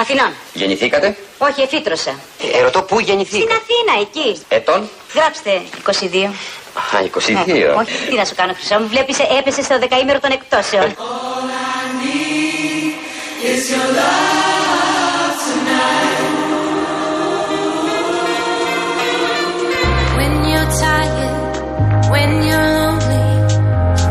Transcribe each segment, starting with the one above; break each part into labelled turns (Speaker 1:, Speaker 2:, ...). Speaker 1: Αθηνών.
Speaker 2: Γεννηθήκατε.
Speaker 1: Όχι, εφήτρωσα.
Speaker 2: Ε, Ερωτώ πού
Speaker 1: Στην
Speaker 2: γεννηθήκατε.
Speaker 1: Αθήνα, εκεί.
Speaker 2: Ετών.
Speaker 1: Γράψτε 22.
Speaker 2: Α, 22.
Speaker 1: Ναι. Όχι, τι να σου κάνω, Χρυσό μου. Βλέπεις, έπεσε στο δεκαήμερο των εκπτώσεων.
Speaker 3: When you're tired, when you're lonely,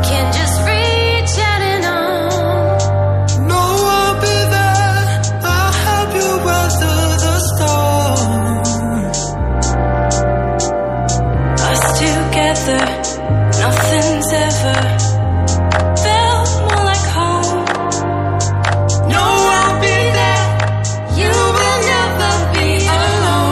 Speaker 3: can just reach out and arm.
Speaker 4: No, I'll be there. I'll help you weather the storm.
Speaker 3: Us together, nothing's ever felt more like home.
Speaker 4: No, I'll be there.
Speaker 3: You will never be alone.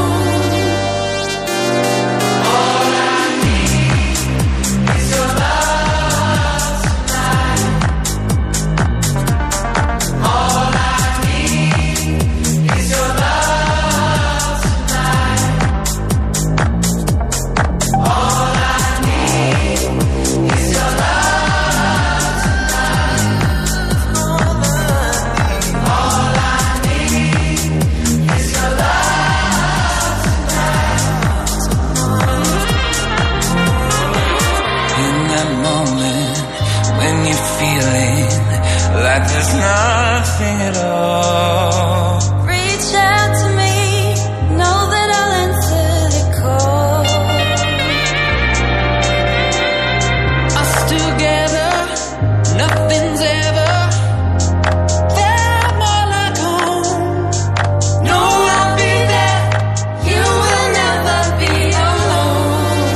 Speaker 4: In that moment when you're feeling like there's nothing at all.
Speaker 3: Reach out to me, know that I'll answer the call.
Speaker 4: Us together, nothing's ever felt more like home. No, I'll be there.
Speaker 3: You will never be alone.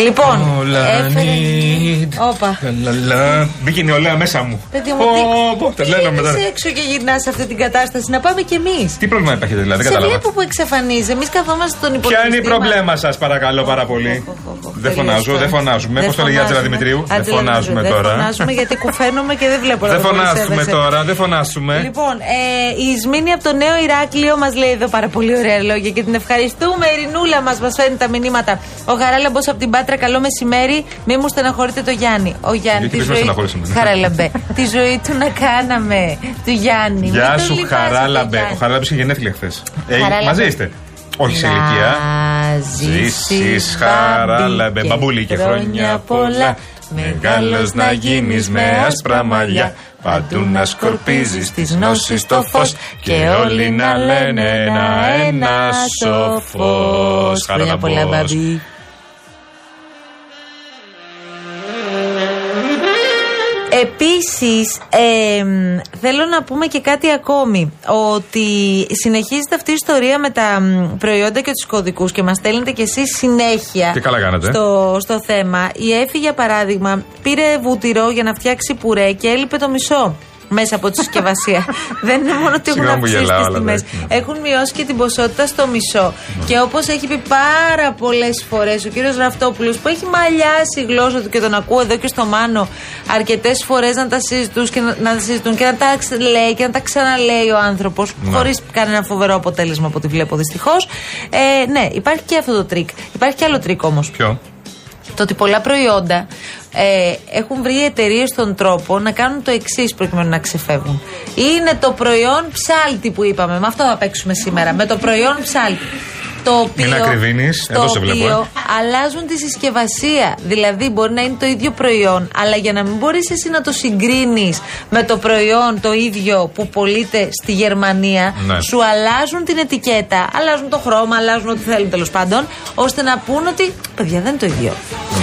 Speaker 5: Λοιπόν,
Speaker 6: Λανί.
Speaker 5: Όπα.
Speaker 6: Λαλαλα. Μπήκε η νεολαία μέσα μου.
Speaker 5: Παιδί μου,
Speaker 6: Πω, πω, τα λέμε μετά.
Speaker 5: τι έξω και γυρνάς σε αυτή την κατάσταση, να πάμε κι εμείς.
Speaker 6: Τι πρόβλημα υπάρχει δηλαδή, δεν
Speaker 5: Σε
Speaker 6: κατάλαβα.
Speaker 5: βλέπω που εξαφανίζει. Εμείς καθόμαστε στον υπολογιστή.
Speaker 6: Ποια είναι η
Speaker 5: μας.
Speaker 6: προβλέμα σας, παρακαλώ πάρα πολύ.
Speaker 5: Οχ, οχ, οχ,
Speaker 6: Δεν
Speaker 5: τελείωσε
Speaker 6: φωνάζω,
Speaker 5: τώρα.
Speaker 6: δεν φωνάζουμε.
Speaker 5: Δεν
Speaker 6: Πώ το λέγει η Άτζελα
Speaker 5: φωνάζουμε.
Speaker 6: Δημητρίου. Δεν
Speaker 5: Άτζελα
Speaker 6: φωνάζουμε
Speaker 5: Δημητρίου,
Speaker 6: τώρα.
Speaker 5: Δεν φωνάζουμε γιατί κουφαίνομαι και δεν βλέπω να
Speaker 6: Δεν
Speaker 5: το
Speaker 6: φωνάζουμε
Speaker 5: χωρισεύεσαι.
Speaker 6: τώρα, δεν φωνάζουμε.
Speaker 5: Λοιπόν, ε, η Ισμήνη από το Νέο Ηράκλειο μας λέει εδώ πάρα πολύ ωραία λόγια και την ευχαριστούμε. Η Ειρηνούλα μας μας φέρνει τα μηνύματα. Ο Χαράλαμπο από την Πάτρα, καλό μεσημέρι. Μη μου στεναχωρείτε το Γιάννη. Ο Γιάννη,
Speaker 6: Γιατί
Speaker 5: τη
Speaker 6: πες μας
Speaker 5: ζωή...
Speaker 6: στεναχωρήσαμε.
Speaker 5: Χαράλαμπε. τη ζωή του να κάναμε. Του Γιάννη.
Speaker 6: Γεια
Speaker 5: Μην τον
Speaker 6: σου,
Speaker 5: λυπάσαι, το
Speaker 6: Χαράλαμπε.
Speaker 5: Γιάννη.
Speaker 6: Ο Χαράλαμπε είχε γενέθλια χθες.
Speaker 5: Χαράλαμπε.
Speaker 6: Μαζί είστε. Όχι σε
Speaker 5: Να
Speaker 6: ηλικία.
Speaker 5: ζήσεις
Speaker 6: ζήσεις, Χαράλαμπε.
Speaker 5: μπαμπί
Speaker 6: Μπαμπούλη και χρόνια πολλά. Μεγάλος να γίνεις με άσπρα μαλλιά. Παντού να σκορπίζεις τις νόσεις το φως και όλοι να λένε ένα ένα σοφός.
Speaker 5: Χρόνια πολλά
Speaker 6: Χαράλαμπος.
Speaker 5: μπαμπί Επίσης ε, μ, θέλω να πούμε και κάτι ακόμη ότι συνεχίζεται αυτή η ιστορία με τα μ, προϊόντα και τους κωδικούς και μας στέλνετε κι εσείς συνέχεια
Speaker 6: Και καλά κάνατε.
Speaker 5: στο, στο θέμα. Η Εφη για παράδειγμα πήρε βούτυρο για να φτιάξει πουρέ και έλειπε το μισό μέσα από τη συσκευασία. Δεν είναι μόνο ότι έχουν
Speaker 6: Συγγνώμη που
Speaker 5: αυξήσει
Speaker 6: γελάω,
Speaker 5: τις
Speaker 6: αλλά
Speaker 5: τιμές.
Speaker 6: εντάξει, ναι.
Speaker 5: Έχουν μειώσει και την ποσότητα στο μισό. Και όπως έχει πει πάρα πολλές φορές ο κύριος Ραυτόπουλος που έχει μαλλιάσει η γλώσσα του και τον ακούω εδώ και στο Μάνο αρκετές φορές να τα συζητούν και να, να τα συζητούν και να τα ξε- λέει και να τα ξαναλέει ο άνθρωπος
Speaker 6: Ναι.
Speaker 5: χωρίς κανένα φοβερό αποτέλεσμα από ό,τι βλέπω δυστυχώς. Ε, ναι, υπάρχει και αυτό το τρίκ. Υπάρχει και άλλο τρίκ όμως
Speaker 6: Ποιο.
Speaker 5: το ότι πολλά προϊόντα ε, έχουν βρει εταιρείες στον τρόπο να κάνουν το εξής προκειμένου να ξεφεύγουν. Είναι το προϊόν ψάλτη που είπαμε. Με αυτό θα παίξουμε σήμερα. Με το προϊόν ψάλτη. Το οποίο,
Speaker 6: Μην ακριβίνεις,
Speaker 5: στο
Speaker 6: εδώ σε βλέπω, ε.
Speaker 5: οποίο αλλάζουν τη συσκευασία. Δηλαδή, μπορεί να είναι το ίδιο προϊόν, αλλά για να μην μπορείς εσύ να το συγκρίνεις με το προϊόν το ίδιο που πωλείται στη Γερμανία,
Speaker 6: Ναι.
Speaker 5: σου αλλάζουν την ετικέτα, αλλάζουν το χρώμα, αλλάζουν ό,τι θέλουν τέλος πάντων, ώστε να πούν ότι παιδιά δεν είναι το ίδιο.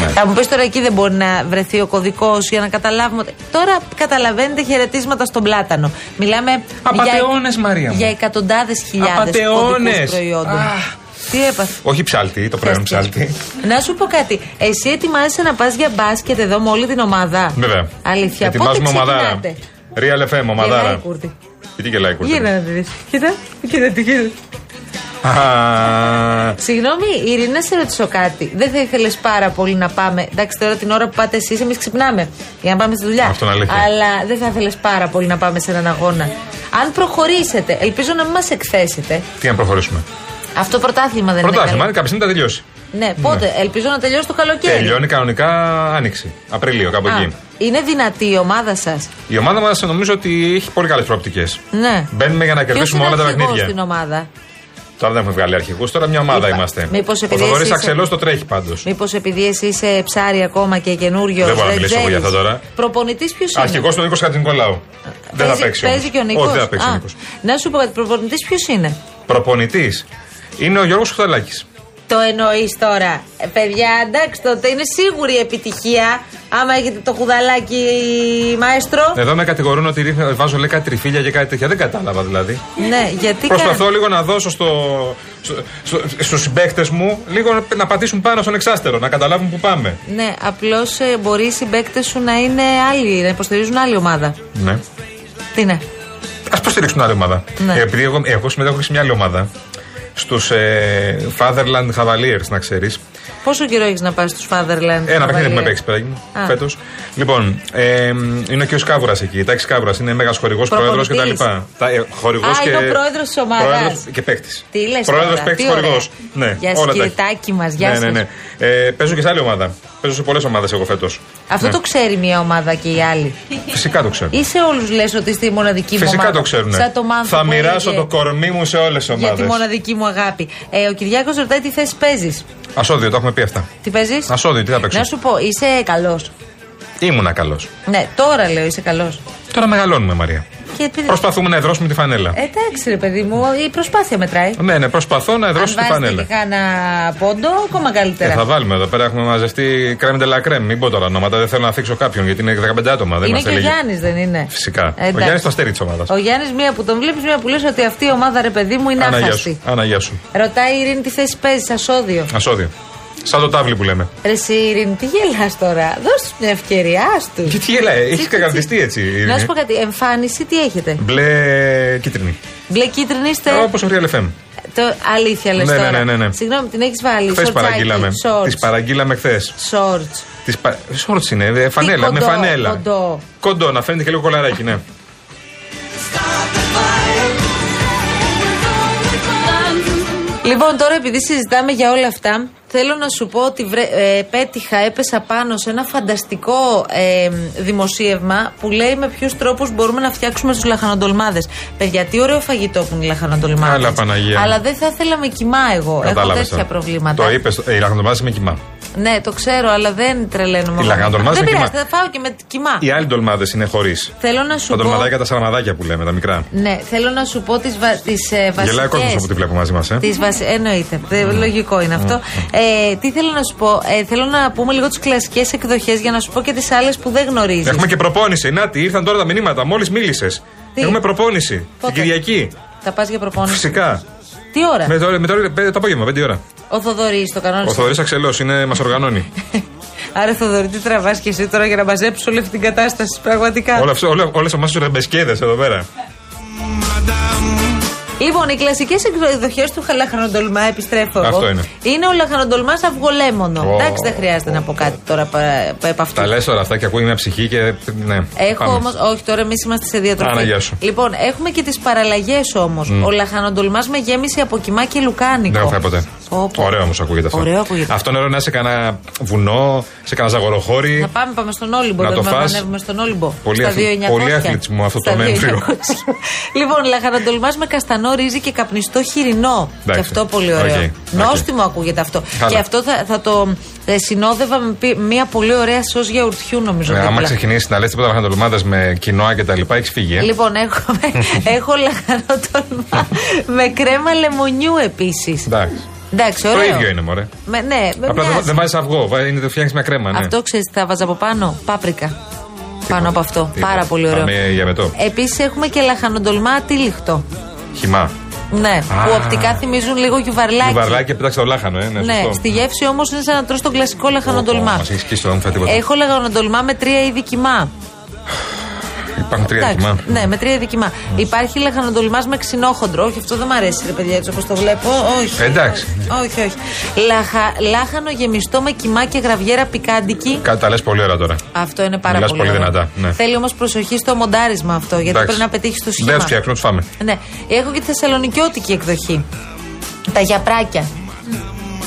Speaker 6: Ναι.
Speaker 5: Θα μου πεις τώρα εκεί δεν μπορεί να βρεθεί ο κωδικός για να καταλάβουμε. ότι- Τώρα καταλαβαίνετε χαιρετίσματα στον πλάτανο. Μιλάμε.
Speaker 6: Απατεώνες,
Speaker 5: για...
Speaker 6: Μαρία μου.
Speaker 5: Για εκατοντάδες χιλιάδες
Speaker 6: Απατεώνες.
Speaker 5: προϊόντων.
Speaker 6: Αχ.
Speaker 5: Τι έπαθε.
Speaker 6: Όχι ψάλτη, το προϊόν
Speaker 5: Πιάστηκε.
Speaker 6: ψάλτη.
Speaker 5: Να σου πω κάτι. Εσύ ετοιμάζεσαι να πας για μπάσκετ εδώ με όλη την ομάδα.
Speaker 6: Βέβαια.
Speaker 5: Αλήθεια.
Speaker 6: Ετοιμάζουμε
Speaker 5: Πότε
Speaker 6: ομαδάρα.
Speaker 5: ξεκινάτε.
Speaker 6: Real FM,
Speaker 5: Γελάει η
Speaker 6: ομαδάρα.
Speaker 5: Κούρτη.
Speaker 6: Γιατί γελάει η Κούρτη.
Speaker 5: Γύρνα να τη δεις. Κοίτα, κοίτα, τι γίνεται.
Speaker 6: Α,
Speaker 5: Συγγνώμη, Ειρήνη, να σε ρωτήσω κάτι. Δεν θα ήθελες πάρα πολύ να πάμε. Εντάξει, τώρα την ώρα που πάτε εσείς, εμείς ξυπνάμε για να πάμε στη δουλειά.
Speaker 6: Αυτό είναι αλήθεια.
Speaker 5: Αλλά δεν θα ήθελες πάρα πολύ να πάμε σε έναν αγώνα. Αν προχωρήσετε, ελπίζω να μην μας εκθέσετε.
Speaker 6: Τι να προχωρήσουμε.
Speaker 5: Αυτό πρωτάθλημα δεν
Speaker 6: Πρωτάθλημα,
Speaker 5: είναι.
Speaker 6: είναι κάποια στιγμή θα τελειώσει.
Speaker 5: Ναι, πότε, ελπίζω να τελειώσει το καλοκαίρι.
Speaker 6: Τελειώνει κανονικά άνοιξη. Απριλίο, κάπου
Speaker 5: Α,
Speaker 6: εκεί.
Speaker 5: είναι δυνατή η ομάδα σας.
Speaker 6: Η ομάδα μας νομίζω ότι έχει πολύ καλές προοπτικές.
Speaker 5: Ναι.
Speaker 6: Μπαίνουμε για να κερδίσουμε όλα τα παιχνίδια.
Speaker 5: στην ομάδα.
Speaker 6: Τώρα δεν έχουμε βγάλει αρχηγούς, τώρα μια ομάδα
Speaker 5: Είπα.
Speaker 6: είμαστε.
Speaker 5: Μήπως
Speaker 6: Ο
Speaker 5: επειδή
Speaker 6: Θοδωρής
Speaker 5: εσύ είσαι-
Speaker 6: Αξελός το τρέχει πάντως.
Speaker 5: Μήπως επειδή εσύ είσαι ψάρι ακόμα και καινούριο.
Speaker 6: Δεν μπορώ να μιλήσω εγώ για αυτά τώρα.
Speaker 5: Προπονητής ποιος είναι.
Speaker 6: Αρχηγός του Νίκο Κατσικολάου. Δεν θα
Speaker 5: Παίζει-
Speaker 6: παίξει. όμως.
Speaker 5: Παίζει και ο Νίκος.
Speaker 6: Όχι, δεν θα παίξει ο Νίκος.
Speaker 5: Να σου πω κάτι, προπονητής ποιος είναι.
Speaker 6: Προπονητής είναι ο Γιώργος Χουθαλάκη.
Speaker 5: Το εννοείς τώρα. Ε, παιδιά, εντάξει, τότε είναι σίγουρη η επιτυχία. Άμα έχετε το χουδαλάκι μαέστρο.
Speaker 6: Εδώ με κατηγορούν ότι ρίχνω- βάζω λέει κάτι τριφύλια και κάτι τέτοια. Δεν κατάλαβα δηλαδή.
Speaker 5: ναι, γιατί
Speaker 6: Προσπαθώ
Speaker 5: κάνει.
Speaker 6: λίγο να δώσω στο, στο, στους συμπαίκτες μου λίγο να, να πατήσουν πάνω στον εξάστερο, να καταλάβουν που πάμε.
Speaker 5: Ναι, απλώς μπορεί οι συμπαίκτες σου να είναι άλλοι, να υποστηρίζουν άλλη ομάδα.
Speaker 6: Ναι.
Speaker 5: Τι ναι.
Speaker 6: Ας υποστηρίξουν άλλη ομάδα.
Speaker 5: Ναι.
Speaker 6: Ε, Επειδή εγώ, εγώ συμμετέχω και σε μια άλλη ομάδα. Στους ε, Fatherland Cavaliers, να ξέρεις.
Speaker 5: Πόσο καιρό έχεις να πας στους Fatherland.
Speaker 6: Ένα παιχνίδι που με
Speaker 5: Βαλία?
Speaker 6: παίξεις παιδάκι μου
Speaker 5: Α.
Speaker 6: φέτος. Λοιπόν, ε, είναι και ο Σκάβουρας εκεί. Τάξη Σκάβουρας είναι μέγας χορηγός, πρόεδρος κτλ.
Speaker 5: Προπονητής.
Speaker 6: Τα- ε, χορηγός
Speaker 5: Α,
Speaker 6: και.
Speaker 5: είναι ο πρόεδρος της ομάδας.
Speaker 6: πρόεδρος και παίκτης.
Speaker 5: Τι λες
Speaker 6: Πρόεδρος,
Speaker 5: τώρα,
Speaker 6: παίκτης,
Speaker 5: τι
Speaker 6: χορηγό.
Speaker 5: ωραία.
Speaker 6: Ναι,
Speaker 5: Γεια σας,
Speaker 6: όλα τα
Speaker 5: κύριε
Speaker 6: έχει.
Speaker 5: Τάκη μας, γεια
Speaker 6: ναι, ναι,
Speaker 5: σας.
Speaker 6: ναι. Ε, παίζω και σε άλλη ομάδα. Παίζω σε πολλές ομάδες εγώ φέτος.
Speaker 5: Αυτό
Speaker 6: Ναι.
Speaker 5: το ξέρει μια ομάδα και η άλλη.
Speaker 6: Φυσικά το ξέρω.
Speaker 5: Ή σε όλους λες ότι είστε η μοναδική μου ομάδα.
Speaker 6: Φυσικά το ξέρουν.
Speaker 5: Σαν το μάνθο
Speaker 6: Θα
Speaker 5: που
Speaker 6: μοιράσω
Speaker 5: έλεγε
Speaker 6: το κορμί μου σε όλες τις
Speaker 5: Για τη
Speaker 6: ομάδες.
Speaker 5: μοναδική μου αγάπη. Ε, ο Κυριάκος ρωτάει τι θέση παίζεις.
Speaker 6: Ασώδιο, το έχουμε πει αυτά.
Speaker 5: Τι παίζεις.
Speaker 6: Ασώδιο, τι θα παίξω.
Speaker 5: Να σου πω, είσαι καλός.
Speaker 6: Ήμουνα καλός.
Speaker 5: Ναι, τώρα λέω είσαι καλός.
Speaker 6: Τώρα μεγαλώνουμε, Μαρία.
Speaker 5: Και επειδή-
Speaker 6: Προσπαθούμε να εδρώσουμε τη φανέλα.
Speaker 5: Ε, Εντάξει, ρε παιδί μου, η προσπάθεια μετράει.
Speaker 6: Ναι, ναι, προσπαθώ να
Speaker 5: Ε. Αν
Speaker 6: εδρώσω τη
Speaker 5: βάζετε
Speaker 6: φανέλα.
Speaker 5: και κάνα πόντο, ακόμα
Speaker 6: Ε,
Speaker 5: καλύτερα.
Speaker 6: θα βάλουμε εδώ πέρα. Έχουμε μαζευτεί κρέμ de la crème. Μην πω τώρα ονόματα. Δεν θέλω να θίξω κάποιον γιατί είναι 15 άτομα. Δεν
Speaker 5: είναι
Speaker 6: είμαστε
Speaker 5: και ο
Speaker 6: λίγοι.
Speaker 5: Γιάννης, δεν είναι.
Speaker 6: Φυσικά.
Speaker 5: Εντάξει.
Speaker 6: Ο Γιάννη το αστέρι της ομάδας.
Speaker 5: Ο Γιάννης, μία που τον βλέπεις, μία που λες ότι αυτή η ομάδα ρε παιδί μου είναι
Speaker 6: Αναγιά
Speaker 5: άχαστη.
Speaker 6: σου. Αναγιά σου.
Speaker 5: Ρωτάει η Ειρήνη τι θέση παίζει, ασώδιο.
Speaker 6: Ασώδιο. Σαν το τάβλι που λέμε.
Speaker 5: Ρε εσύ, Ειρήνη, τι γελάς τώρα. Δώσ' τους μια ευκαιρία, άστου.
Speaker 6: Και τι γελάει, έχει
Speaker 5: Τι-
Speaker 6: κακαρτιστεί
Speaker 5: τι-
Speaker 6: έτσι. η Ειρήνη.
Speaker 5: Να σου πω κάτι, εμφάνιση τι έχετε.
Speaker 6: Μπλε κίτρινη.
Speaker 5: Μπλε κίτρινη είστε.
Speaker 6: Όπως ο Real FM.
Speaker 5: Το, αλήθεια λες
Speaker 6: Ναι, ναι,
Speaker 5: τώρα.
Speaker 6: ναι, ναι, ναι.
Speaker 5: Συγγνώμη, την έχεις βάλει.
Speaker 6: Χθες
Speaker 5: Σορτσάκι,
Speaker 6: παραγγείλαμε.
Speaker 5: Σόρτς.
Speaker 6: Τη παραγγείλαμε χθες.
Speaker 5: Σόρτς.
Speaker 6: Τις πα... Σόρτς είναι, ε, φανέλα,
Speaker 5: κοντό,
Speaker 6: με φανέλα.
Speaker 5: κοντό.
Speaker 6: Κοντό, να φαίνεται και λίγο κολαράκι, ναι.
Speaker 5: Λοιπόν, τώρα επειδή συζητάμε για όλα αυτά, θέλω να σου πω ότι βρε- ε, πέτυχα, έπεσα πάνω σε ένα φανταστικό ε, δημοσίευμα που λέει με ποιους τρόπους μπορούμε να φτιάξουμε τους λαχανοτολμάδες. Παιδιά, τι ωραίο φαγητό που είναι οι λαχανοτολμάδες.
Speaker 6: Άλλα, Παναγία μου.
Speaker 5: Αλλά δεν θα ήθελα με κοιμά εγώ.
Speaker 6: Κατάλαβες
Speaker 5: Έχω τέτοια
Speaker 6: τώρα.
Speaker 5: προβλήματα.
Speaker 6: Το είπες, η λαχανοτομάζη με κοιμά.
Speaker 5: Ναι, το ξέρω, αλλά δεν τρελαίνουμε.
Speaker 6: Οι λαχανοτολμάδες
Speaker 5: Δεν
Speaker 6: είναι
Speaker 5: πειράζει,
Speaker 6: κοιμά.
Speaker 5: θα φάω και με κοιμά.
Speaker 6: Οι άλλοι ντολμάδε είναι χωρίς.
Speaker 5: Θέλω να σου
Speaker 6: Τα
Speaker 5: πω.
Speaker 6: ντολμαδάκια, τα σαραμαδάκια που λέμε, τα μικρά.
Speaker 5: Ναι, θέλω να σου πω τις, βα... τις ε, βασικές...
Speaker 6: Γελάει ο κόσμο όπου τη βλέπω μαζί μας. Ε. Ναι.
Speaker 5: Τις βασι... Εννοείται. Δε- Λογικό είναι αυτό. Ε, τι θέλω να σου πω. Ε, θέλω να πούμε λίγο τις κλασικές εκδοχές για να σου πω και τις άλλες που δεν γνωρίζεις.
Speaker 6: Έχουμε και προπόνηση. Να τι, ήρθαν τώρα τα μηνύματα. Μόλις μίλησες.
Speaker 5: Τι?
Speaker 6: Έχουμε προπόνηση.
Speaker 5: Πότε?
Speaker 6: Την Κυριακή.
Speaker 5: Θα πας για προπόνηση.
Speaker 6: Φυσικά.
Speaker 5: Τι ώρα.
Speaker 6: Με το, με το, το απόγευμα, 5 ώρα.
Speaker 5: Ο Θοδωρής το
Speaker 6: Ναι. Ο
Speaker 5: κανόνισε.
Speaker 6: Θοδωρής Αξελός μας οργανώνει.
Speaker 5: Άρα, Θοδωρή, τι τραβάς και εσύ τώρα για να μαζέψει όλη αυτή την κατάσταση. Πραγματικά.
Speaker 6: Όλες εμάς του ρεμπεσκέδες εδώ πέρα.
Speaker 5: Λοιπόν, οι κλασικές εκδοχές του λαχανοντολμά, επιστρέφω εγώ.
Speaker 6: Αυτό είναι.
Speaker 5: Είναι ο λαχανοντολμά αυγολέμονο.
Speaker 6: Ω.
Speaker 5: Εντάξει, δεν χρειάζεται να πω κάτι τώρα πα- πα- επ' αυτού.
Speaker 6: Τα λες τώρα αυτά και ακούει μια ψυχή και. Ναι.
Speaker 5: Έχω
Speaker 6: Πάμε.
Speaker 5: όμως. Όχι, τώρα εμείς είμαστε σε διατροφή.
Speaker 6: Άρα, γεια σου.
Speaker 5: Λοιπόν, έχουμε και τις παραλλαγές όμως. Ο λαχανοντολμά με γέμιση από κοιμά και λουκάνικο.
Speaker 6: Δεν έχω φάει ποτέ.
Speaker 5: Πω, πω.
Speaker 6: Ωραίο όμως ακούγεται αυτό.
Speaker 5: Ωραίο ακούγεται.
Speaker 6: Αυτό νερό να σε κανένα βουνό, σε κανένα
Speaker 5: Να
Speaker 6: ζαγοροχώρι.
Speaker 5: πάμε, πάμε στον Όλυμπο.
Speaker 6: Να το
Speaker 5: Μπορούμε να
Speaker 6: φας.
Speaker 5: ανέβουμε στον Όλυμπο.
Speaker 6: Πολύ
Speaker 5: Στα
Speaker 6: αθλη-
Speaker 5: 2900.
Speaker 6: πολύ αθλητισμό αυτό το
Speaker 5: Στα
Speaker 6: Νοέμβριο.
Speaker 5: 2900. λοιπόν, λαχανοτολμά με καστανό ρύζι και καπνιστό χοιρινό. Και
Speaker 6: Εντάξει.
Speaker 5: αυτό πολύ ωραίο.
Speaker 6: Οκ, οκ.
Speaker 5: Νόστιμο ακούγεται αυτό.
Speaker 6: Καλά.
Speaker 5: Και αυτό θα, θα το ε, συνόδευα με πι- μία πολύ ωραία σος γιαουρτιού, νομίζω.
Speaker 6: Ε, Άμα
Speaker 5: δίπλα.
Speaker 6: ξεκινήσει να λες τίποτα λαχανοτολμάδε με κοινόα και τα λοιπά, έχεις φύγει. ε.
Speaker 5: Λοιπόν, έχω, έχω λαχανοτολμά με κρέμα λεμονιού επίσης.
Speaker 6: Εντάξει.
Speaker 5: Εντάξει,
Speaker 6: Το
Speaker 5: ωραίο.
Speaker 6: ίδιο είναι, μωρέ.
Speaker 5: Με, ναι, με
Speaker 6: Απλά δεν-
Speaker 5: μοιάζει.
Speaker 6: δεν βάζεις αυγό, βα- είναι το φτιάχνει μια κρέμα. Ναι.
Speaker 5: Αυτό ξέρεις τι θα βάζα από πάνω. Πάπρικα. πάνω από αυτό.
Speaker 6: Τίποτα.
Speaker 5: Πάρα πολύ ωραίο. Ε,
Speaker 6: Πάμε για μετό.
Speaker 5: Επίσης έχουμε και λαχανοντολμά ατύλιχτο.
Speaker 6: Χυμά.
Speaker 5: Ναι,
Speaker 6: Α.
Speaker 5: που οπτικά θυμίζουν λίγο γιουβαρλάκι.
Speaker 6: Γιουβαρλάκι και πετάξει το λάχανο, ε. Ναι,
Speaker 5: Ναι,
Speaker 6: σωστό.
Speaker 5: στη γεύση όμως είναι σαν να τρως τον κλασικό λαχανοντολμά.
Speaker 6: Μας έχεις σκίσει το όνομα, τίποτα.
Speaker 5: Έχω λαχανοντολμά με τρία είδη κοιμά.
Speaker 6: Υπάρχουν τρία
Speaker 5: Εντάξει,
Speaker 6: χυμά.
Speaker 5: Ναι, με τρία είδη κοιμά. Υπάρχει λαχανοτολμά με ξινόχοντρο. Όχι, αυτό δεν μου αρέσει, ρε παιδιά, έτσι όπως το βλέπω. Όχι.
Speaker 6: Ε, εντάξει.
Speaker 5: Όχι, όχι. Λαχα, λάχανο γεμιστό με κοιμά και γραβιέρα πικάντικη.
Speaker 6: Κάτι τα λες πολύ ωραία τώρα.
Speaker 5: Αυτό είναι πάρα
Speaker 6: Μιλάς
Speaker 5: πολύ.
Speaker 6: πολύ
Speaker 5: ωραίο.
Speaker 6: δυνατά, ναι.
Speaker 5: Θέλει όμως προσοχή στο μοντάρισμα αυτό, γιατί
Speaker 6: Εντάξει.
Speaker 5: πρέπει να πετύχει το σχήμα.
Speaker 6: Δεν τους φτιάχνω, τους φάμε.
Speaker 5: Ναι. Έχω και τη θεσσαλονικιώτικη εκδοχή. Τα γιαπράκια.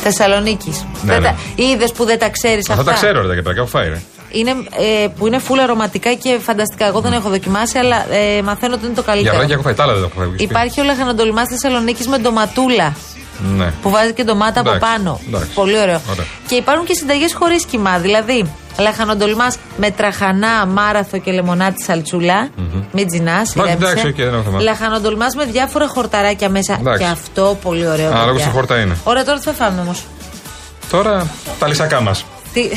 Speaker 5: Θεσσαλονίκης.
Speaker 6: Ναι, ναι.
Speaker 5: Είδες που δεν τα ξέρεις αυτά.
Speaker 6: Αυτά τα ξέρω ρε τα κεπρακά, έχω φάει ρε.
Speaker 5: Είναι, ε, που είναι φούλα αρωματικά και φανταστικά. Εγώ δεν έχω δοκιμάσει, αλλά ε, μαθαίνω ότι είναι το
Speaker 6: Για
Speaker 5: καλύτερο.
Speaker 6: βράχια έχω φάει, τα άλλα δεν τα έχω φάει. έχω σπίτι.
Speaker 5: Υπάρχει ο λαχανοτολμά Θεσσαλονίκης με ντοματούλα.
Speaker 6: Ναι.
Speaker 5: Που βάζει και ντομάτα από
Speaker 6: Εντάξει,
Speaker 5: πάνω.
Speaker 6: εντάξει.
Speaker 5: Πολύ ωραίο.
Speaker 6: Ωραία.
Speaker 5: Και υπάρχουν και συνταγές χωρίς κοιμά. Δηλαδή, λαχανοτολμά με τραχανά, μάραθο και λεμονάτι σαλτσούλα. Μην τζινάς,
Speaker 6: εντάξει, οκ, δεν έχω θέμα.
Speaker 5: Λαχανοτολμά με διάφορα χορταράκια μέσα.
Speaker 6: Εντάξει.
Speaker 5: Και αυτό πολύ ωραίο.
Speaker 6: Ανάλογα
Speaker 5: παιδιά.
Speaker 6: στα χόρτα είναι.
Speaker 5: Ωραία, τώρα τι θα φάμε όμως.
Speaker 6: Τώρα τα λυσακά μας.
Speaker 5: Τι...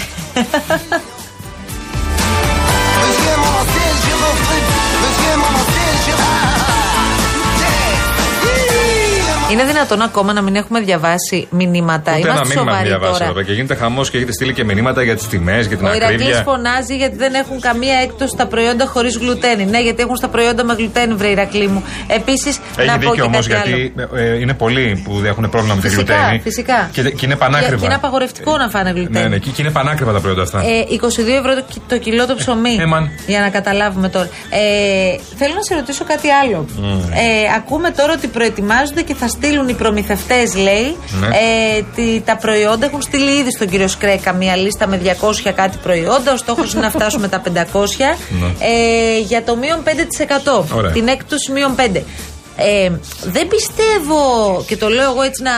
Speaker 5: Είναι δυνατόν ακόμα να μην έχουμε διαβάσει μηνύματα.
Speaker 6: Ούτε ένα
Speaker 5: Είμαστε
Speaker 6: μήνυμα
Speaker 5: σοβαροί
Speaker 6: διαβάσει
Speaker 5: τώρα.
Speaker 6: εδώ και γίνεται χαμός και έχετε στείλει και μηνύματα για τις τιμές, για την
Speaker 5: Ο Ηρακλή
Speaker 6: ακρίβεια.
Speaker 5: φωνάζει γιατί δεν έχουν καμία έκπτωση στα προϊόντα χωρίς γλουτένι. Ναι, γιατί έχουν στα προϊόντα με γλουτένι, βρε Ηρακλή μου. Επίσης,
Speaker 6: Έχει
Speaker 5: να πω και
Speaker 6: δίκιο όμως
Speaker 5: κάτι άλλο.
Speaker 6: γιατί ε, ε, είναι πολλοί που έχουν πρόβλημα με τη
Speaker 5: Φυσικά,
Speaker 6: γλουτένη.
Speaker 5: φυσικά.
Speaker 6: Και, και είναι
Speaker 5: Και-
Speaker 6: πανάκριβα.
Speaker 5: και είναι απαγορευτικό να φάνε γλουτένι.
Speaker 6: Ναι, ναι, και, και είναι πανάκριβα τα προϊόντα αυτά.
Speaker 5: Ε, 22 ευρώ το, κι- το κιλό το ψωμί.
Speaker 6: Ε, εμαν.
Speaker 5: για να καταλάβουμε τώρα. Ε, θέλω να σε ρωτήσω κάτι άλλο. Ε, ακούμε τώρα ότι προετοιμάζονται και θα στείλουν οι προμηθευτές, λέει.
Speaker 6: Ναι.
Speaker 5: Ε, τι- τα προϊόντα έχουν στείλει ήδη στον κύριο Σκρέκα μία λίστα με 200 κάτι προϊόντα. Ο στόχος είναι να φτάσουμε τα 500.
Speaker 6: Ναι.
Speaker 5: Ε, για το μείον 5%.
Speaker 6: Ωραία.
Speaker 5: Την έκπτωση μείον 5. Ε, δεν πιστεύω, και το λέω εγώ έτσι να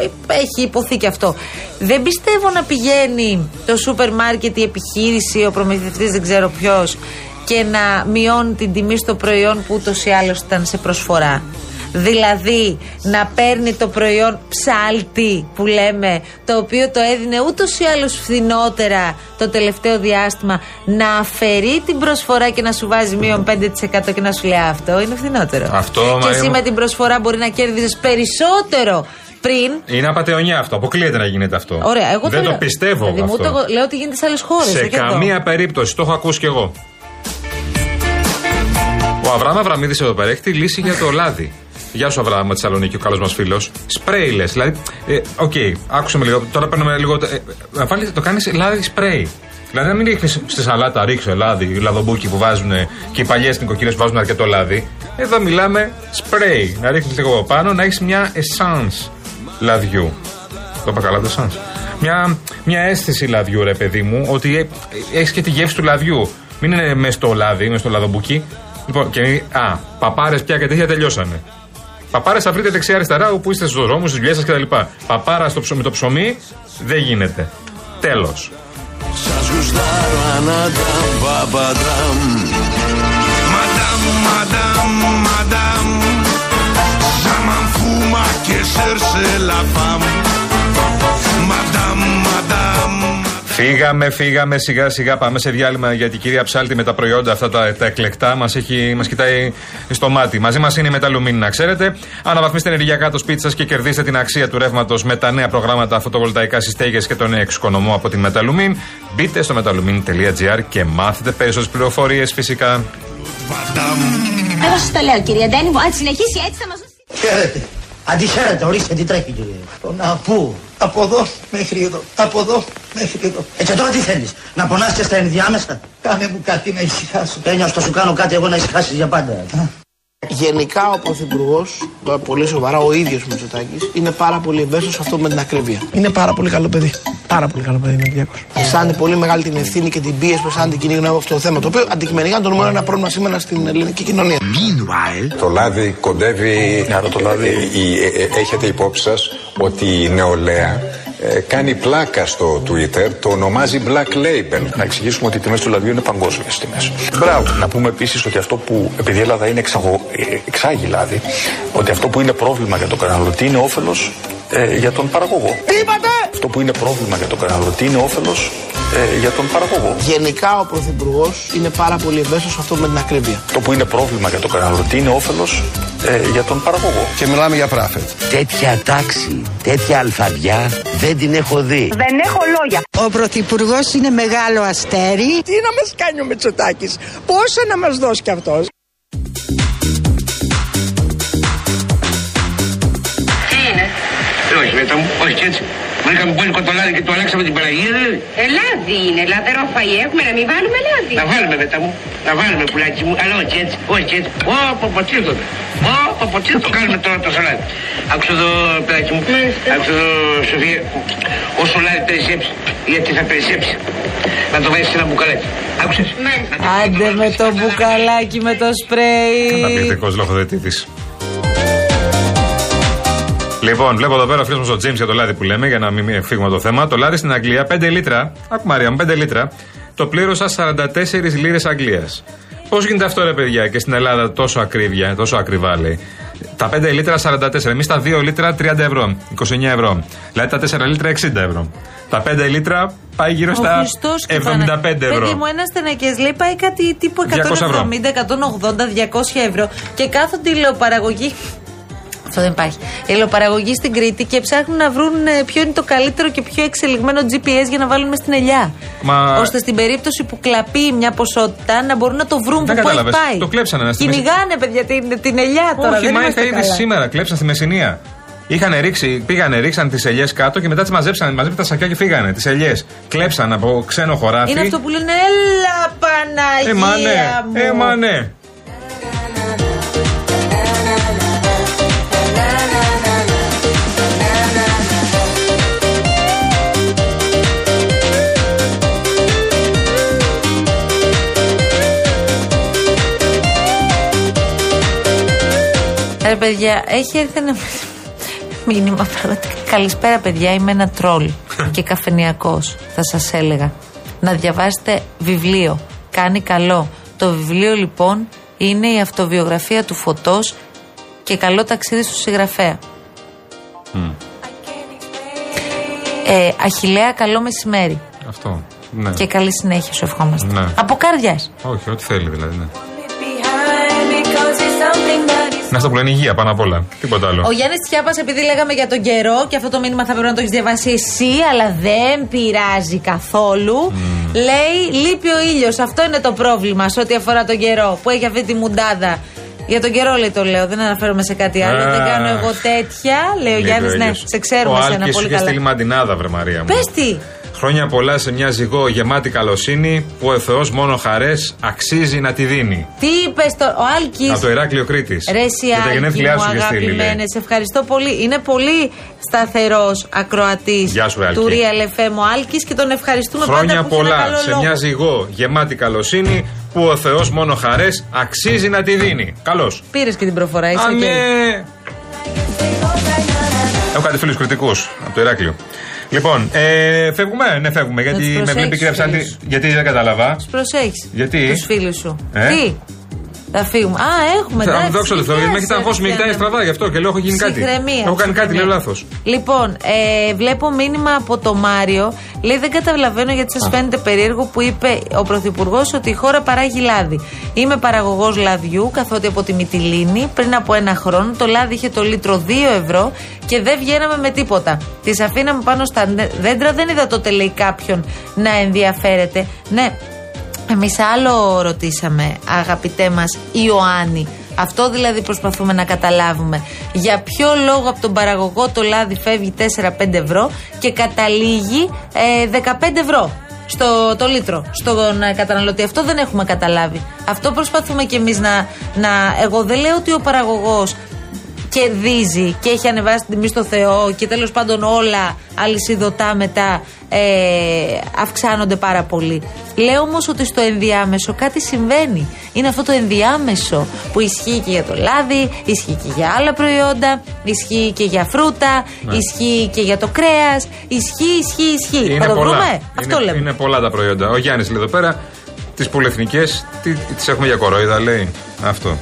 Speaker 5: ε, έχει υποθεί και αυτό. Δεν πιστεύω να πηγαίνει το σούπερ μάρκετ, η επιχείρηση, ο προμηθευτής δεν ξέρω ποιος και να μειώνει την τιμή στο προϊόν που ούτως ή άλλως ήταν σε προσφορά. Δηλαδή να παίρνει το προϊόν ψάλτη που λέμε, το οποίο το έδινε ούτως ή άλλως φθηνότερα το τελευταίο διάστημα, να αφαιρεί την προσφορά και να σου βάζει μείον 5% και να σου λέει «Α, αυτό είναι φθηνότερο.
Speaker 6: Αυτό,
Speaker 5: και
Speaker 6: Μαρία
Speaker 5: εσύ
Speaker 6: μου.
Speaker 5: με την προσφορά μπορεί να κέρδιζες περισσότερο πριν.
Speaker 6: Είναι απαταιωνιά αυτό. Αποκλείεται να γίνεται αυτό.
Speaker 5: Ωραία, εγώ
Speaker 6: δεν το
Speaker 5: λέω.
Speaker 6: πιστεύω.
Speaker 5: Δηλαδή, μου
Speaker 6: αυτό.
Speaker 5: το εγώ- λέω ότι γίνεται σε άλλες χώρες.
Speaker 6: Σε καμία περίπτωση. Το έχω ακούσει κι εγώ. Ο Αβραάμ Αβραμίδης εδώ πέρα έχει τη λύση για το λάδι. Γεια σου, Αβραάμ από Θεσσαλονίκη, ο καλός μας φίλος. Σπρέι λες. Δηλαδή, ε, οκ, άκουσε με λίγο. Τώρα παίρνουμε λίγο. Ε, να βάλεις- το κάνεις λάδι σπρέι. Δηλαδή, να μην ρίχνεις στη σαλάτα, ρίξω λάδι, λαδομπούκι που βάζουν και οι παλιές νοικοκυρέ βάζουν αρκετό λάδι. Εδώ μιλάμε σπρέι. Να ρίχνεις λίγο από πάνω, να έχεις μια essence λαδιού. Το είπα καλά, το essence. Μια, μια αίσθηση λαδιού, ρε παιδί μου, ότι έχεις και τη γεύση του λαδιού. Μην είναι μες στο λάδι, μες στο λαδομπουκί. Λοιπόν, και, α, παπάρες πια και τέτοια τελειώσανε. Παπάρες θα βρείτε δεξιά-αριστερά όπου είστε στους δρόμους, στις δουλειές σας κτλ. Παπάρα στο, ψω- με το ψωμί δεν γίνεται. Τέλος.
Speaker 7: Σας γουστάρω αναντάμ, παπαντάμ Μαντάμ, μαντάμ, μαντάμ Ζαμάν φούμα και σέρσε λαφάμ Μαντάμ, μαντάμ
Speaker 6: Φύγαμε, φύγαμε, σιγά σιγά πάμε σε διάλειμμα γιατί η κυρία Ψάλτη με τα προϊόντα αυτά τα, τα εκλεκτά μας μας κοιτάει στο μάτι. Μαζί μας είναι η Μεταλουμίνη, να ξέρετε. Αναβαθμίστε ενεργειακά το σπίτι σας και κερδίστε την αξία του ρεύματος με τα νέα προγράμματα φωτοβολταϊκά στις στέγες και τον εξοικονομό από την Μεταλουμίν. Μπείτε στο metalumin.gr και μάθετε περισσότερες πληροφορίες φυσικά.
Speaker 1: Εγώ σα το λέω, κύριε Ντένι μου, αν συνεχίσει έτσι θα μας
Speaker 8: Χαίρετε. Αντιχαίρετε, ορίστε τι τρέχει κύριε. Τον απού. Από εδώ μέχρι εδώ. Από εδώ μέχρι εδώ. Ε, και τώρα τι θέλεις, να πονάς και στα ενδιάμεσα. Κάνε μου κάτι να ησυχάσω. Ένιωσα, θα σου κάνω κάτι εγώ να ησυχάσεις για πάντα.
Speaker 9: Γενικά ο Πρωθυπουργός, τώρα πολύ σοβαρά, ο ίδιος Μητσοτάκης, είναι πάρα πολύ ευαίσθητος σε αυτό με την ακρίβεια. Είναι πάρα πολύ καλό παιδί. Πάρα πολύ καλό παιδί, είναι Κυριακό. Αισθάνεται πολύ μεγάλη την ευθύνη και την πίεση που αισθάνεται η κοινή γνώμη από αυτό το θέμα, το οποίο αντικειμενικά είναι το νούμερο ένα πρόβλημα σήμερα στην ελληνική κοινωνία.
Speaker 10: Το λάδι κοντεύει. Ναι, ε, το λάδι. έχετε υπόψη σας ότι η νεολαία ε, κάνει πλάκα στο Twitter, το ονομάζει Black Label. Να εξηγήσουμε ότι οι τιμές του λαδιού είναι παγκόσμιες τιμές. Μπράβο. Να πούμε επίσης ότι αυτό που, επειδή η Ελλάδα είναι εξαγω, ε, εξάγει λάδι, ότι αυτό που είναι πρόβλημα για τον καταναλωτή είναι όφελος για τον παραγωγό. Τι Αυτό που είναι πρόβλημα για τον καταναλωτή είναι όφελος για τον παραγωγό.
Speaker 9: Γενικά ο Πρωθυπουργός είναι πάρα πολύ ευαίσθητος σε αυτό με την ακρίβεια.
Speaker 10: Αυτό που είναι πρόβλημα για τον καταναλωτή είναι όφελος για τον παραγωγό.
Speaker 7: Και μιλάμε για πράφετ
Speaker 11: Τέτοια τάξη, τέτοια αλφαβιά δεν την έχω δει.
Speaker 1: Δεν έχω λόγια.
Speaker 12: Ο Πρωθυπουργός είναι μεγάλο αστέρι.
Speaker 9: Τι να μας κάνει ο Μητσοτάκη, πόσα να μας δώσει κι αυτός.
Speaker 7: Όχι, μετά μου, όχι και έτσι
Speaker 13: Μα είχαμε βάλει κοτολάδι και το αλλάξαμε την Παναγία, δε.
Speaker 14: Ε, λάδι είναι, λαδερό φαΐ έχουμε, να μην βάλουμε λάδι.
Speaker 13: Να βάλουμε μετά μου, να βάλουμε πουλάκι μου, αλλά όχι έτσι, όχι έτσι. Ω, πω, πω, τι εδώ, Ω, πω, πω, τι το κάνουμε τώρα το σολάδι. Άκουσε εδώ, παιδάκι μου, άκουσε εδώ, Σοφία, ο σολάδι περισσέψει, γιατί θα περισσέψει. Να το βάλεις σε ένα μπουκαλάκι. Άκουσες.
Speaker 5: Άντε με το μπουκαλάκι με το σπρέι.
Speaker 6: Καταπληκτικό λογοδετήτη. Λοιπόν, βλέπω εδώ πέρα ο φίλος μας ο Τζέιμ για το λάδι που λέμε, για να μην φύγουμε από το θέμα. Το λάδι στην Αγγλία 5 λίτρα. Ακού Μαρία μου, 5 λίτρα. Το πλήρωσα 44 λίρες Αγγλίας. Πώς γίνεται αυτό, ρε παιδιά, και στην Ελλάδα τόσο ακρίβεια, τόσο ακριβά λέει. Τα 5 λίτρα 44, εμείς τα 2 λίτρα 30 ευρώ, 29 ευρώ. Δηλαδή τα 4 λίτρα 60 ευρώ. Τα 5 λίτρα πάει γύρω
Speaker 5: Ο
Speaker 6: στα
Speaker 5: Χριστός και ο
Speaker 6: 75
Speaker 5: Παναγι- Παιδί
Speaker 6: ευρώ.
Speaker 5: μου, ένα στενακέ λέει πάει κάτι τύπου
Speaker 6: 200 ευρώ.
Speaker 5: 170, 180, 200 ευρώ. Και κάθε τηλεοπαραγωγή. Αυτό δεν υπάρχει. Η Τηλεοπαραγωγή στην Κρήτη και ψάχνουν να βρουν ε, ποιο είναι το καλύτερο και πιο εξελιγμένο GPS για να βάλουν μες στην ελιά.
Speaker 6: Μα-
Speaker 5: Ώστε στην περίπτωση που κλαπεί μια ποσότητα να μπορούν να το βρουν
Speaker 6: Δεν
Speaker 5: που πάει.
Speaker 6: κατάλαβες.
Speaker 5: πάει.
Speaker 6: Το κλέψανε, να στη μέση-
Speaker 5: Κυνηγάνε, παιδιά, την, την ελιά τώρα.
Speaker 6: Όχι,
Speaker 5: δεν
Speaker 6: μα
Speaker 5: είμαστε
Speaker 6: είχα ήδη
Speaker 5: καλά.
Speaker 6: σήμερα, κλέψαν στη Μεσσηνία. Είχαν ρίξει, πήγανε, ρίξαν τις ελιές κάτω και μετά τις μαζέψαν. Μαζέψαν τα σακιά και φύγανε. Τις ελιές. Κλέψαν από ξένο χωράφι.
Speaker 5: Είναι αυτό που λένε Έλα Παναγία
Speaker 6: Ε, μα ναι,
Speaker 5: μου.
Speaker 6: ε, μα ναι.
Speaker 5: Ρε παιδιά, έχει έρθει ένα μήνυμα πραγματικά. Καλησπέρα, παιδιά. Είμαι ένα τρόλ και καφενιακός. Θα σας έλεγα να διαβάσετε βιβλίο. Κάνει καλό. Το βιβλίο λοιπόν είναι η αυτοβιογραφία του φωτός και καλό ταξίδι στο συγγραφέα. Ε, Αχιλέα, καλό μεσημέρι.
Speaker 6: Αυτό. Ναι.
Speaker 5: Και καλή συνέχεια σου ευχόμαστε.
Speaker 6: Ναι.
Speaker 5: Από καρδιάς.
Speaker 6: Όχι, ό,τι θέλει δηλαδή. Ναι. Να αυτό που λένε υγεία πάνω απ' όλα. Τίποτα άλλο.
Speaker 5: Ο Γιάννης Τσιάπας, επειδή λέγαμε για τον καιρό και αυτό το μήνυμα θα πρέπει να το έχεις διαβάσει εσύ, αλλά δεν πειράζει καθόλου.
Speaker 6: Mm.
Speaker 5: Λέει: Λείπει ο ήλιος. Αυτό είναι το πρόβλημα σε ό,τι αφορά τον καιρό που έχει αυτή τη μουντάδα. Για τον καιρό λέει το λέω, δεν αναφέρομαι σε κάτι άλλο.
Speaker 6: Α,
Speaker 5: δεν κάνω εγώ τέτοια. Λέει ο
Speaker 6: Λέει
Speaker 5: Γιάννη,
Speaker 6: το
Speaker 5: ναι,
Speaker 6: ίδιος.
Speaker 5: σε ξέρουμε
Speaker 6: ο
Speaker 5: σένα
Speaker 6: Άλκης
Speaker 5: πολύ
Speaker 6: είχε
Speaker 5: καλά.
Speaker 6: στείλει μαντινάδα, βρε Μαρία μου.
Speaker 5: Πες τι!
Speaker 6: Χρόνια πολλά σε μια ζυγό γεμάτη καλοσύνη που ο Θεός μόνο χαρές αξίζει να τη δίνει.
Speaker 5: Τι είπες το. Ο Άλκης.
Speaker 6: Από το Ηράκλειο Κρήτης.
Speaker 5: Ρε εσύ,
Speaker 6: Για τα
Speaker 5: Άλκη
Speaker 6: γενέθλιά
Speaker 5: μου,
Speaker 6: σου είχε στείλει. λέει.
Speaker 5: αγαπημένε, σε ευχαριστώ πολύ. Είναι πολύ σταθερός ακροατής
Speaker 6: Γεια σου, Άλκη.
Speaker 5: του Real FM ο Άλκης και τον ευχαριστούμε
Speaker 6: Χρόνια
Speaker 5: πάντα που έχει ένα
Speaker 6: πολλά
Speaker 5: καλό
Speaker 6: σε
Speaker 5: λόγο.
Speaker 6: μια ζυγό γεμάτη καλοσύνη που ο Θεός μόνο χαρές αξίζει να τη δίνει. Καλώς.
Speaker 5: Πήρες και την προφορά, είσαι
Speaker 6: Αμέ.
Speaker 5: okay.
Speaker 6: Έχω κάτι φίλους κριτικούς από το Ηράκλειο. Λοιπόν, ε, φεύγουμε, ναι, φεύγουμε. Γιατί
Speaker 5: τους
Speaker 6: με
Speaker 5: προσέξεις,
Speaker 6: βλέπει η κυρία Ψάντη.
Speaker 5: φίλους.
Speaker 6: Γιατί δεν κατάλαβα.
Speaker 5: Προσέχεις.
Speaker 6: Γιατί.
Speaker 5: Τους φίλους σου.
Speaker 6: Ε?
Speaker 5: Τι. Θα φύγουμε. Α, έχουμε.
Speaker 6: Θα-
Speaker 5: εντάξει,
Speaker 6: Δόξα τω Θεώ,
Speaker 5: τι
Speaker 6: με έχει
Speaker 5: πιάσε,
Speaker 6: ταγώσει, με έχει
Speaker 5: Χριστιανέ.
Speaker 6: κάνει στραβά γι' αυτό και λέω: Έχω γίνει κάτι.
Speaker 5: Ψυχραιμία,
Speaker 6: Έχω κάνει κάτι, λέω λάθος.
Speaker 5: Λοιπόν, ε, βλέπω μήνυμα από το Μάριο. Λέει: Δεν καταλαβαίνω γιατί σας φαίνεται περίεργο που είπε ο Πρωθυπουργός ότι η χώρα παράγει λάδι. Είμαι παραγωγός λαδιού, καθότι από τη Μυτιλίνη πριν από ένα χρόνο το λάδι είχε το λίτρο 2 ευρώ και δεν βγαίναμε με τίποτα. Τη αφήναμε πάνω στα νε- δέντρα, δεν είδα τότε λέει κάποιον να ενδιαφέρεται. Ναι, Εμείς άλλο ρωτήσαμε, αγαπητέ μας Ιωάννη. Αυτό δηλαδή προσπαθούμε να καταλάβουμε. Για ποιο λόγο από τον παραγωγό το λάδι φεύγει 4-5 ευρώ και καταλήγει ε, 15 ευρώ στο το λίτρο, στον ε, καταναλωτή. Αυτό δεν έχουμε καταλάβει. Αυτό προσπαθούμε κι εμείς να, να... Εγώ δεν λέω ότι ο παραγωγός κερδίζει και έχει ανεβάσει την τιμή στο Θεό και τέλος πάντων όλα αλυσιδωτά μετά ε, αυξάνονται πάρα πολύ. Λέω όμως ότι στο ενδιάμεσο κάτι συμβαίνει. Είναι αυτό το ενδιάμεσο που ισχύει και για το λάδι, ισχύει και για άλλα προϊόντα, ισχύει και για φρούτα,
Speaker 6: Ναι.
Speaker 5: ισχύει και για το κρέας, ισχύει, ισχύει, ισχύει. Θα το βρούμε. Αυτό
Speaker 6: είναι,
Speaker 5: λέμε.
Speaker 6: είναι πολλά τα προϊόντα. Ο Γιάννης λέει εδώ πέρα τις πολυεθνικέ, τι τις έχουμε για κορόιδα, λέει. Αυτό.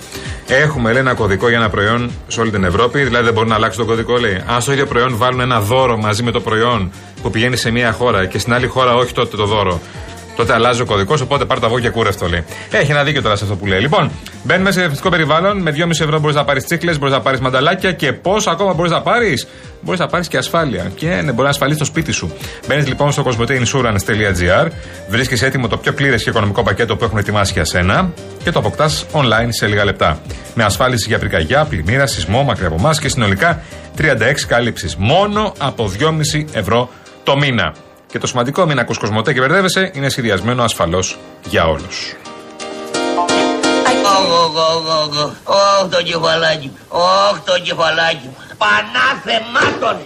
Speaker 6: Έχουμε, λέει, ένα κωδικό για ένα προϊόν σε όλη την Ευρώπη. Δηλαδή δεν μπορούν να αλλάξουν το κωδικό, λέει. Αν στο ίδιο προϊόν βάλουν ένα δώρο μαζί με το προϊόν που πηγαίνει σε μία χώρα και στην άλλη χώρα όχι τότε το δώρο. Τότε αλλάζει ο κωδικός, οπότε πάρ' τα εγώ και κούρευτο, λέει. Έχει ένα δίκιο τώρα σε αυτό που λέει. Λοιπόν, μπαίνουμε σε ρευστικό περιβάλλον. Με 2,5 ευρώ μπορείς να πάρεις τσίκλε, μπορείς να πάρεις μανταλάκια και πώς ακόμα μπορείς να πάρεις. Μπορείς να πάρεις και ασφάλεια. Και ναι, μπορείς να ασφαλίσει το σπίτι σου. Μπαίνεις λοιπόν στο κοσμοτέinsurance.gr, βρίσκει έτοιμο το πιο πλήρες και οικονομικό πακέτο που έχουν ετοιμάσει για σένα και το αποκτάς online σε λίγα λεπτά. Με ασφάλιση για πυρκαγιά, πλημμύρα, σεισμό, μακριά από εμάς και συνολικά 36 καλύψεις. Μόνο από 2,5 ευρώ το μήνα. Και το σημαντικό, μην ακούς κοσμοτέ και μπερδεύεσαι, είναι σχεδιασμένο ασφαλώς για όλους.
Speaker 15: Ωχ, ωχ, ωχ, ωχ, ωχ, το κεφαλάκι μου, ωχ, το κεφαλάκι μου, πανάθεμάτων.